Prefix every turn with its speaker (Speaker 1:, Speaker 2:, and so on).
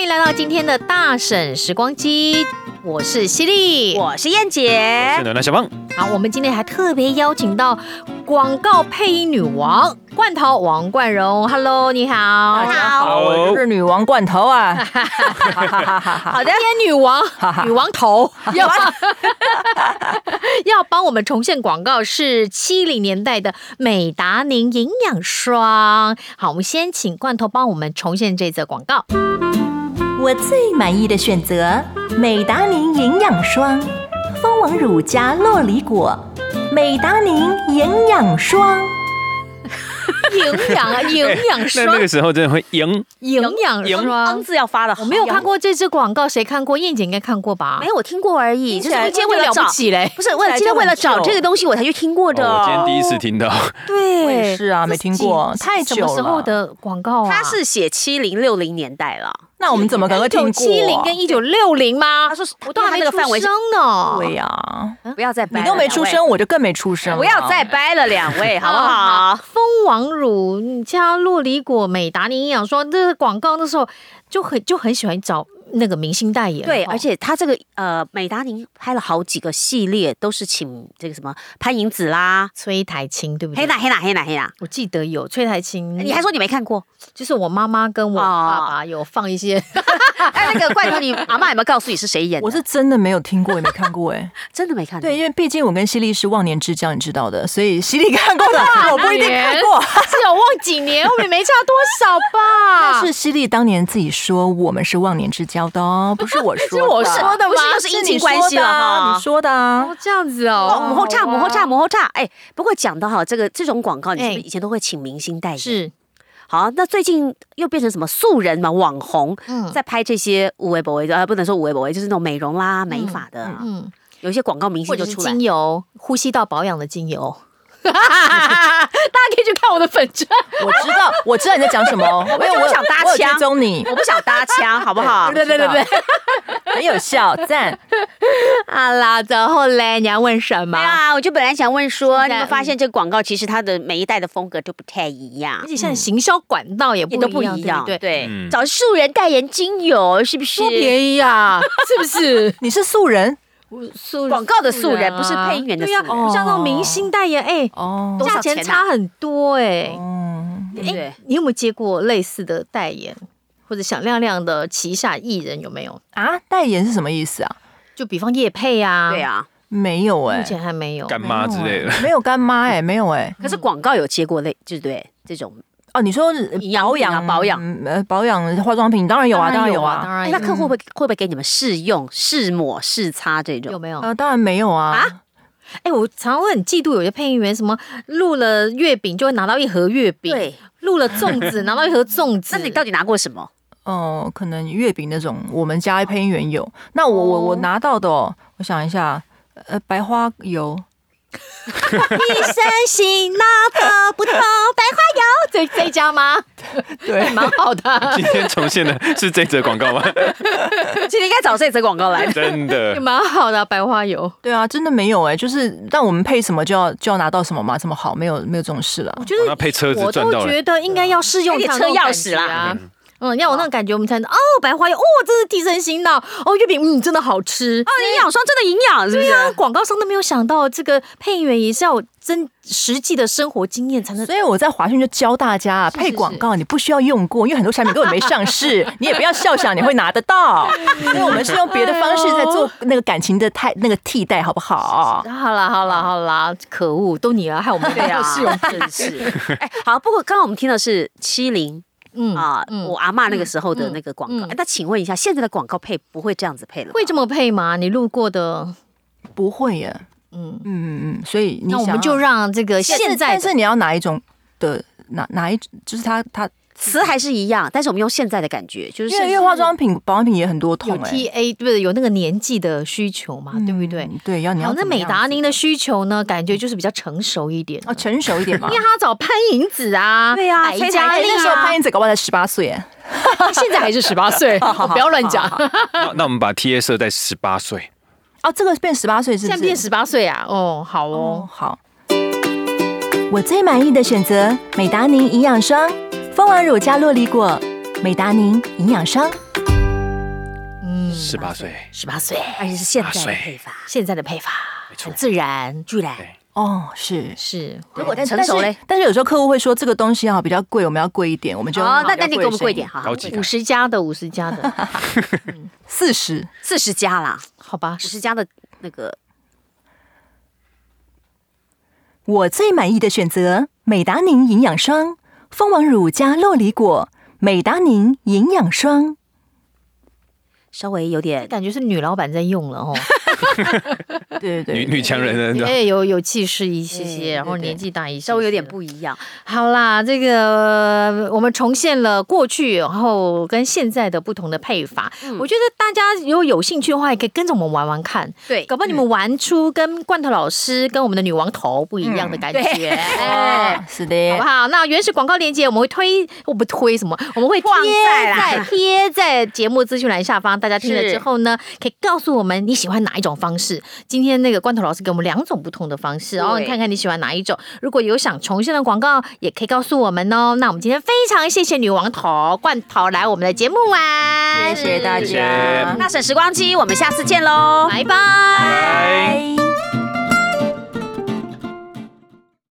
Speaker 1: 迎来到今天的大婶时光机，我是犀利。
Speaker 2: 我是燕姐
Speaker 1: 哎
Speaker 3: 是，暖暖小棒，
Speaker 1: 好，我们今天还特别邀请到广告配音女王罐头王冠荣，Hello，你好，
Speaker 2: 大家好
Speaker 3: 我
Speaker 4: 我
Speaker 3: 就是
Speaker 4: 女王罐头啊！ 哈哈哈哈哈！
Speaker 1: 好的，今天女王
Speaker 4: 哈哈
Speaker 1: 女王头要帮要帮 我们重现广告是七零年代的美达宁营养霜。好，我们先请罐头帮我们重现这则广告。
Speaker 5: 我最满意的选择：美达宁营养霜、蜂王乳加洛梨果。美达宁营养霜，
Speaker 1: 营养啊， 营养
Speaker 3: 那那
Speaker 1: 霜
Speaker 3: 个，时候真的会赢，
Speaker 1: 营养
Speaker 3: 营
Speaker 1: 霜
Speaker 2: 昂。字要发的，
Speaker 1: 我没有看，过这支广告，谁看过？燕姐应该看过吧
Speaker 2: 没？有我听过而已，就是今
Speaker 1: 这
Speaker 2: 天
Speaker 1: 么
Speaker 2: 为
Speaker 1: 了
Speaker 2: 了找
Speaker 1: 不，起嘞！
Speaker 2: 不是，我今天为了找这个东西我才去听过的。
Speaker 3: 哦我今天第一次听到，
Speaker 4: 我也
Speaker 1: 对，
Speaker 4: 是啊，没听过，
Speaker 1: 几
Speaker 4: 太
Speaker 1: 什
Speaker 4: 久
Speaker 1: 么时候
Speaker 4: 了。
Speaker 1: 的广告啊？
Speaker 2: 他是写七零六零年代了，
Speaker 4: 那我们怎么可能会
Speaker 1: 一
Speaker 4: 听
Speaker 1: 九
Speaker 4: 过？啊
Speaker 1: 七零跟一九六零吗？
Speaker 2: 他说
Speaker 1: 我都还没
Speaker 2: 那个范围
Speaker 1: 出生呢。
Speaker 4: 对呀，
Speaker 2: 不要再掰
Speaker 4: 你
Speaker 2: 了
Speaker 4: 都没出，生，我就更没出生
Speaker 2: 两
Speaker 4: 了。
Speaker 2: 位不要再掰了，两 位哦好不
Speaker 1: 好
Speaker 2: 好？
Speaker 1: 蜂王乳加洛梨果、美达尼营养霜，这个广告那时候就很就很喜欢找那个明星代言。
Speaker 2: 对，
Speaker 1: 哦
Speaker 2: 而且他这个呃，美达宁拍了好几个系列，都是请这个什么潘迎紫啦，
Speaker 1: 崔台青对不对？
Speaker 2: 黑娜黑娜黑娜黑娜，
Speaker 1: 我记得有崔台青，
Speaker 2: 你还哦说你没看过？
Speaker 1: 就是我妈妈跟我爸爸有放一些，
Speaker 2: 哎，那个罐头，你阿妈有没有告诉你是谁演的？
Speaker 4: 我是真的没有听过，也没看过哎。
Speaker 2: 真的没
Speaker 1: 嗯
Speaker 2: 看过。
Speaker 4: 对，因为毕竟我跟犀利是忘年之交，你知道的，所以犀利看过 的我不一定看过。
Speaker 1: 是有哦忘几年，我们没差多少吧？
Speaker 4: 但是犀利当年自己说我们是忘年之交的哦，不是我说的，
Speaker 1: 我说的吗
Speaker 2: 不是又是
Speaker 4: 是
Speaker 2: 姻
Speaker 4: 你
Speaker 2: 亲
Speaker 4: 说
Speaker 2: 关系
Speaker 4: 的
Speaker 2: 了
Speaker 4: 啊，
Speaker 2: 哈
Speaker 4: 你。说的啊
Speaker 1: 哦，。这样子哦，
Speaker 2: 哦，母后差，母后差，
Speaker 1: 好啊，
Speaker 2: 母后差。哎，不过讲到哈，这个这种广告，你是不
Speaker 1: 哎
Speaker 2: 是以前都会请明星代言？。
Speaker 1: 是
Speaker 2: 好，那最近又变成什么素人嘛，网红
Speaker 1: 嗯
Speaker 2: 在拍这些无微不微的，呃，不能说无微不微，就是那种美容啦、美发的，
Speaker 1: 嗯，
Speaker 2: 有一些广告明
Speaker 1: 或者
Speaker 2: 星就是出来
Speaker 1: 精。油，呼吸道保养的精油。大家可以去看我的粉 砖，
Speaker 4: 我知道，我知道你在讲什么。 我有，
Speaker 2: 就
Speaker 4: 我有
Speaker 2: 想搭
Speaker 4: 我有追
Speaker 2: 腔
Speaker 4: 踪你，
Speaker 2: 我不想搭腔，好不好？
Speaker 1: 对对对对，
Speaker 4: 很有效，赞。
Speaker 1: 啊啦，然后嘞，你要问什么
Speaker 2: 没？有啊，我就本来想问说，
Speaker 1: 现
Speaker 2: 你
Speaker 1: 在嗯
Speaker 2: 有没有发现这个广告其实它的每一代的风格就不太一样
Speaker 1: 而，且现在行销管道嗯也不
Speaker 2: 也都不
Speaker 1: 一样，
Speaker 2: 一样，
Speaker 1: 对不对？
Speaker 2: 对
Speaker 3: 嗯
Speaker 2: 找素人代言精油是不是？
Speaker 1: 宜呀、是不是？
Speaker 4: 你是素人
Speaker 1: 素
Speaker 2: 广告的素人不是配音
Speaker 1: 员
Speaker 2: 员的
Speaker 1: 对呀、啊哦
Speaker 2: 素人
Speaker 1: 不像那种明星代言，哎、
Speaker 4: 哦
Speaker 2: 多
Speaker 1: 价
Speaker 2: 少钱啊
Speaker 1: 钱差很多哎、
Speaker 4: 嗯，
Speaker 2: 对不对？
Speaker 1: 你有没有接过类似的代言，或者响亮亮的旗下艺人有没有？
Speaker 4: 啊，代言是什么意思啊？
Speaker 1: 就比方叶佩啊，
Speaker 2: 对，啊，
Speaker 4: 没有哎、
Speaker 1: 目前还没有。啊
Speaker 3: 干妈之类的，
Speaker 4: 的，没有干妈哎、没有哎、
Speaker 2: 可是广告有接过类，就是对这种，
Speaker 4: 哦，你说
Speaker 2: 保养啊保养
Speaker 4: 嗯呃，保养化妆品当然有啊，当然有啊，
Speaker 1: 当然
Speaker 2: 哎
Speaker 1: 有
Speaker 2: 那客户会会不会给你们试用、试抹、试擦这种
Speaker 1: 有？没有？
Speaker 4: 呃，当然没有啊。
Speaker 2: 啊
Speaker 1: 哎、我常常会很嫉妒有些配音员，什么录了月饼就会拿到一盒月饼，
Speaker 2: 对，
Speaker 1: 录了粽子拿到一盒粽子。
Speaker 2: 那你到底拿过什么？
Speaker 4: 哦、可能月饼那种，我们家配音员有。那我我我拿到的、哦，我想一下，呃，白花油，
Speaker 1: 一身辛辣的葡萄白花油，这这一家吗？
Speaker 4: 对，
Speaker 1: 蛮好的，
Speaker 3: 今天重现的是这则广 告吗？。
Speaker 2: 今天应该找这则广告来
Speaker 3: 真的，
Speaker 1: 蛮好的白花
Speaker 3: 哦
Speaker 1: 油。
Speaker 4: 对啊，真的没有哎、就是让我们配什么就要就要拿到什么嘛，这么好，没有没有这种事了。
Speaker 1: 我觉
Speaker 3: 哦那
Speaker 1: 得
Speaker 3: 配车子
Speaker 1: 我
Speaker 3: 赚
Speaker 1: 都
Speaker 3: 到了，
Speaker 1: 觉得应该要试用一下
Speaker 2: 有点车
Speaker 1: 那种
Speaker 2: 钥匙啦
Speaker 1: 感觉啊。嗯，要有那种感觉，我们才能哦，白花油哦，这是提神醒脑哦，月饼嗯，真的好吃
Speaker 2: 哦。，营养霜真的营养是不
Speaker 1: 对
Speaker 2: 是？
Speaker 1: 啊，广告商都没有想到，这个配音员也是要有真实际的生活经验才能
Speaker 4: 所以我在华讯就教大家啊，配广告你不需要用过，因为很多产品根本没上市，你也不要笑想你会拿得到。所以我们是用别的方式在 做那个感情的替那个替代，好不好？
Speaker 1: 好啦好啦好啦，可恶，都你啊，害我们
Speaker 2: 对啊，
Speaker 1: 试用
Speaker 2: 真是。哎，好，不过刚刚我们听的是七零
Speaker 1: 嗯
Speaker 2: 啊，
Speaker 1: 嗯
Speaker 2: 我阿嬷那个时候的那个广告
Speaker 1: 嗯嗯。
Speaker 2: 哎那请问一下，现在的广告配不会这样子配了吗？
Speaker 1: 会这么配吗？你路过的，
Speaker 4: 不会耶，
Speaker 1: 嗯，
Speaker 4: 嗯嗯嗯，所以你
Speaker 1: 那我
Speaker 4: 想
Speaker 1: 们
Speaker 4: 啊
Speaker 1: 就让这个
Speaker 4: 但是
Speaker 1: 现在
Speaker 4: 但
Speaker 1: 的
Speaker 4: 是你要哪一种的哪哪一就是它它，
Speaker 2: 词还是一样，但是我们用现在的感觉，就是
Speaker 4: 因为
Speaker 2: 现
Speaker 4: 因为化妆品保养品也很多
Speaker 1: 有
Speaker 4: 痛哎，
Speaker 1: TA 对不对？有那个年纪的需求嘛，对不对？
Speaker 4: 嗯对，要你要
Speaker 1: 好，那
Speaker 4: 怎么
Speaker 1: 美
Speaker 4: 样
Speaker 1: 达
Speaker 4: 子
Speaker 1: 宁的需求呢，感觉就是比较成熟一点，
Speaker 4: 哦成熟一点 嘛
Speaker 1: 因为。他要找潘迎紫啊，
Speaker 2: 对啊
Speaker 1: 百
Speaker 2: 崔
Speaker 1: 佳
Speaker 2: 台
Speaker 1: 丽
Speaker 2: 庆
Speaker 4: 哎那时候
Speaker 1: 啊
Speaker 4: 潘，英子搞不好才十八岁耶，
Speaker 1: 现在还是十八 岁，我不要乱讲，
Speaker 3: 那那我们把 T A 设在十八岁，
Speaker 4: 哦，这个变十八岁是
Speaker 1: 现在
Speaker 4: 不是？
Speaker 1: 变十八岁啊，哦，好
Speaker 4: 哦
Speaker 1: 哦，，
Speaker 4: 好，
Speaker 5: 我最满意的选择：美达宁营养霜、蜂王乳加洛梨果。美达宁营养霜，
Speaker 1: 嗯
Speaker 3: 十八岁，
Speaker 1: 十八岁，
Speaker 2: 而哎且是现在
Speaker 3: 18
Speaker 2: 的
Speaker 3: 岁
Speaker 2: 配法，
Speaker 1: 现在的配法
Speaker 3: 没错
Speaker 1: 很自然，
Speaker 2: 居然
Speaker 3: 对
Speaker 4: 哦，是。
Speaker 1: 是
Speaker 2: 如果
Speaker 4: 但
Speaker 2: 成熟
Speaker 4: 但
Speaker 2: 嘞
Speaker 4: 是，但是有时候客户会说这个东西啊比较贵，我们要贵一点，我们就
Speaker 2: 哦，那那你给我们贵一点
Speaker 4: 哈，
Speaker 2: 哈，
Speaker 3: 高级
Speaker 1: 五十加的，五十加 的，
Speaker 4: 四十
Speaker 2: 四十加啦，
Speaker 1: 好吧
Speaker 2: 五？十加的那个
Speaker 5: 我最满意的选择，美达宁营养霜，蜂王乳加洛梨果，美达宁营养霜。
Speaker 2: 稍微有点
Speaker 1: 感觉是女老板在用了哦，
Speaker 4: 对对
Speaker 3: 女
Speaker 4: 对，
Speaker 3: 女强人的那种，
Speaker 1: 哎，有有气势一些
Speaker 2: 对
Speaker 1: 些，
Speaker 2: 对
Speaker 1: 然后
Speaker 4: 对
Speaker 1: 年纪大一些些，
Speaker 2: 稍微有点不一样，
Speaker 1: 好啦，这个我们重现了过去，然后跟现在的不同的配法。
Speaker 2: 嗯
Speaker 1: 我觉得大家如果有兴趣的话，也可以跟着我们玩玩看。
Speaker 2: 对
Speaker 1: 搞不好你们玩出跟罐头老师、跟我们的女王头不一样的感
Speaker 2: 嗯
Speaker 1: 觉，
Speaker 2: 对
Speaker 1: 哎，
Speaker 4: 是
Speaker 1: 好不
Speaker 4: 的，
Speaker 1: 好？那原始广告链接我们会推，我不推什么，我们会贴
Speaker 2: 放在啦
Speaker 1: 在贴在节目资讯栏下方。大家听了
Speaker 2: 是
Speaker 1: 之后呢，可以告诉我们你喜欢哪一种方式。今天那个罐头老师给我们两种不同的方式哦，
Speaker 2: 对
Speaker 1: 你看看你喜欢哪一种。如果有想重现的广告，也可以告诉我们哦。那我们今天非常谢谢女王头罐头来我们的节目玩，
Speaker 4: 谢谢大
Speaker 3: 谢谢
Speaker 4: 家。
Speaker 2: 大婶时光机，我们下次见喽，
Speaker 1: 拜拜
Speaker 3: 拜。
Speaker 5: 哎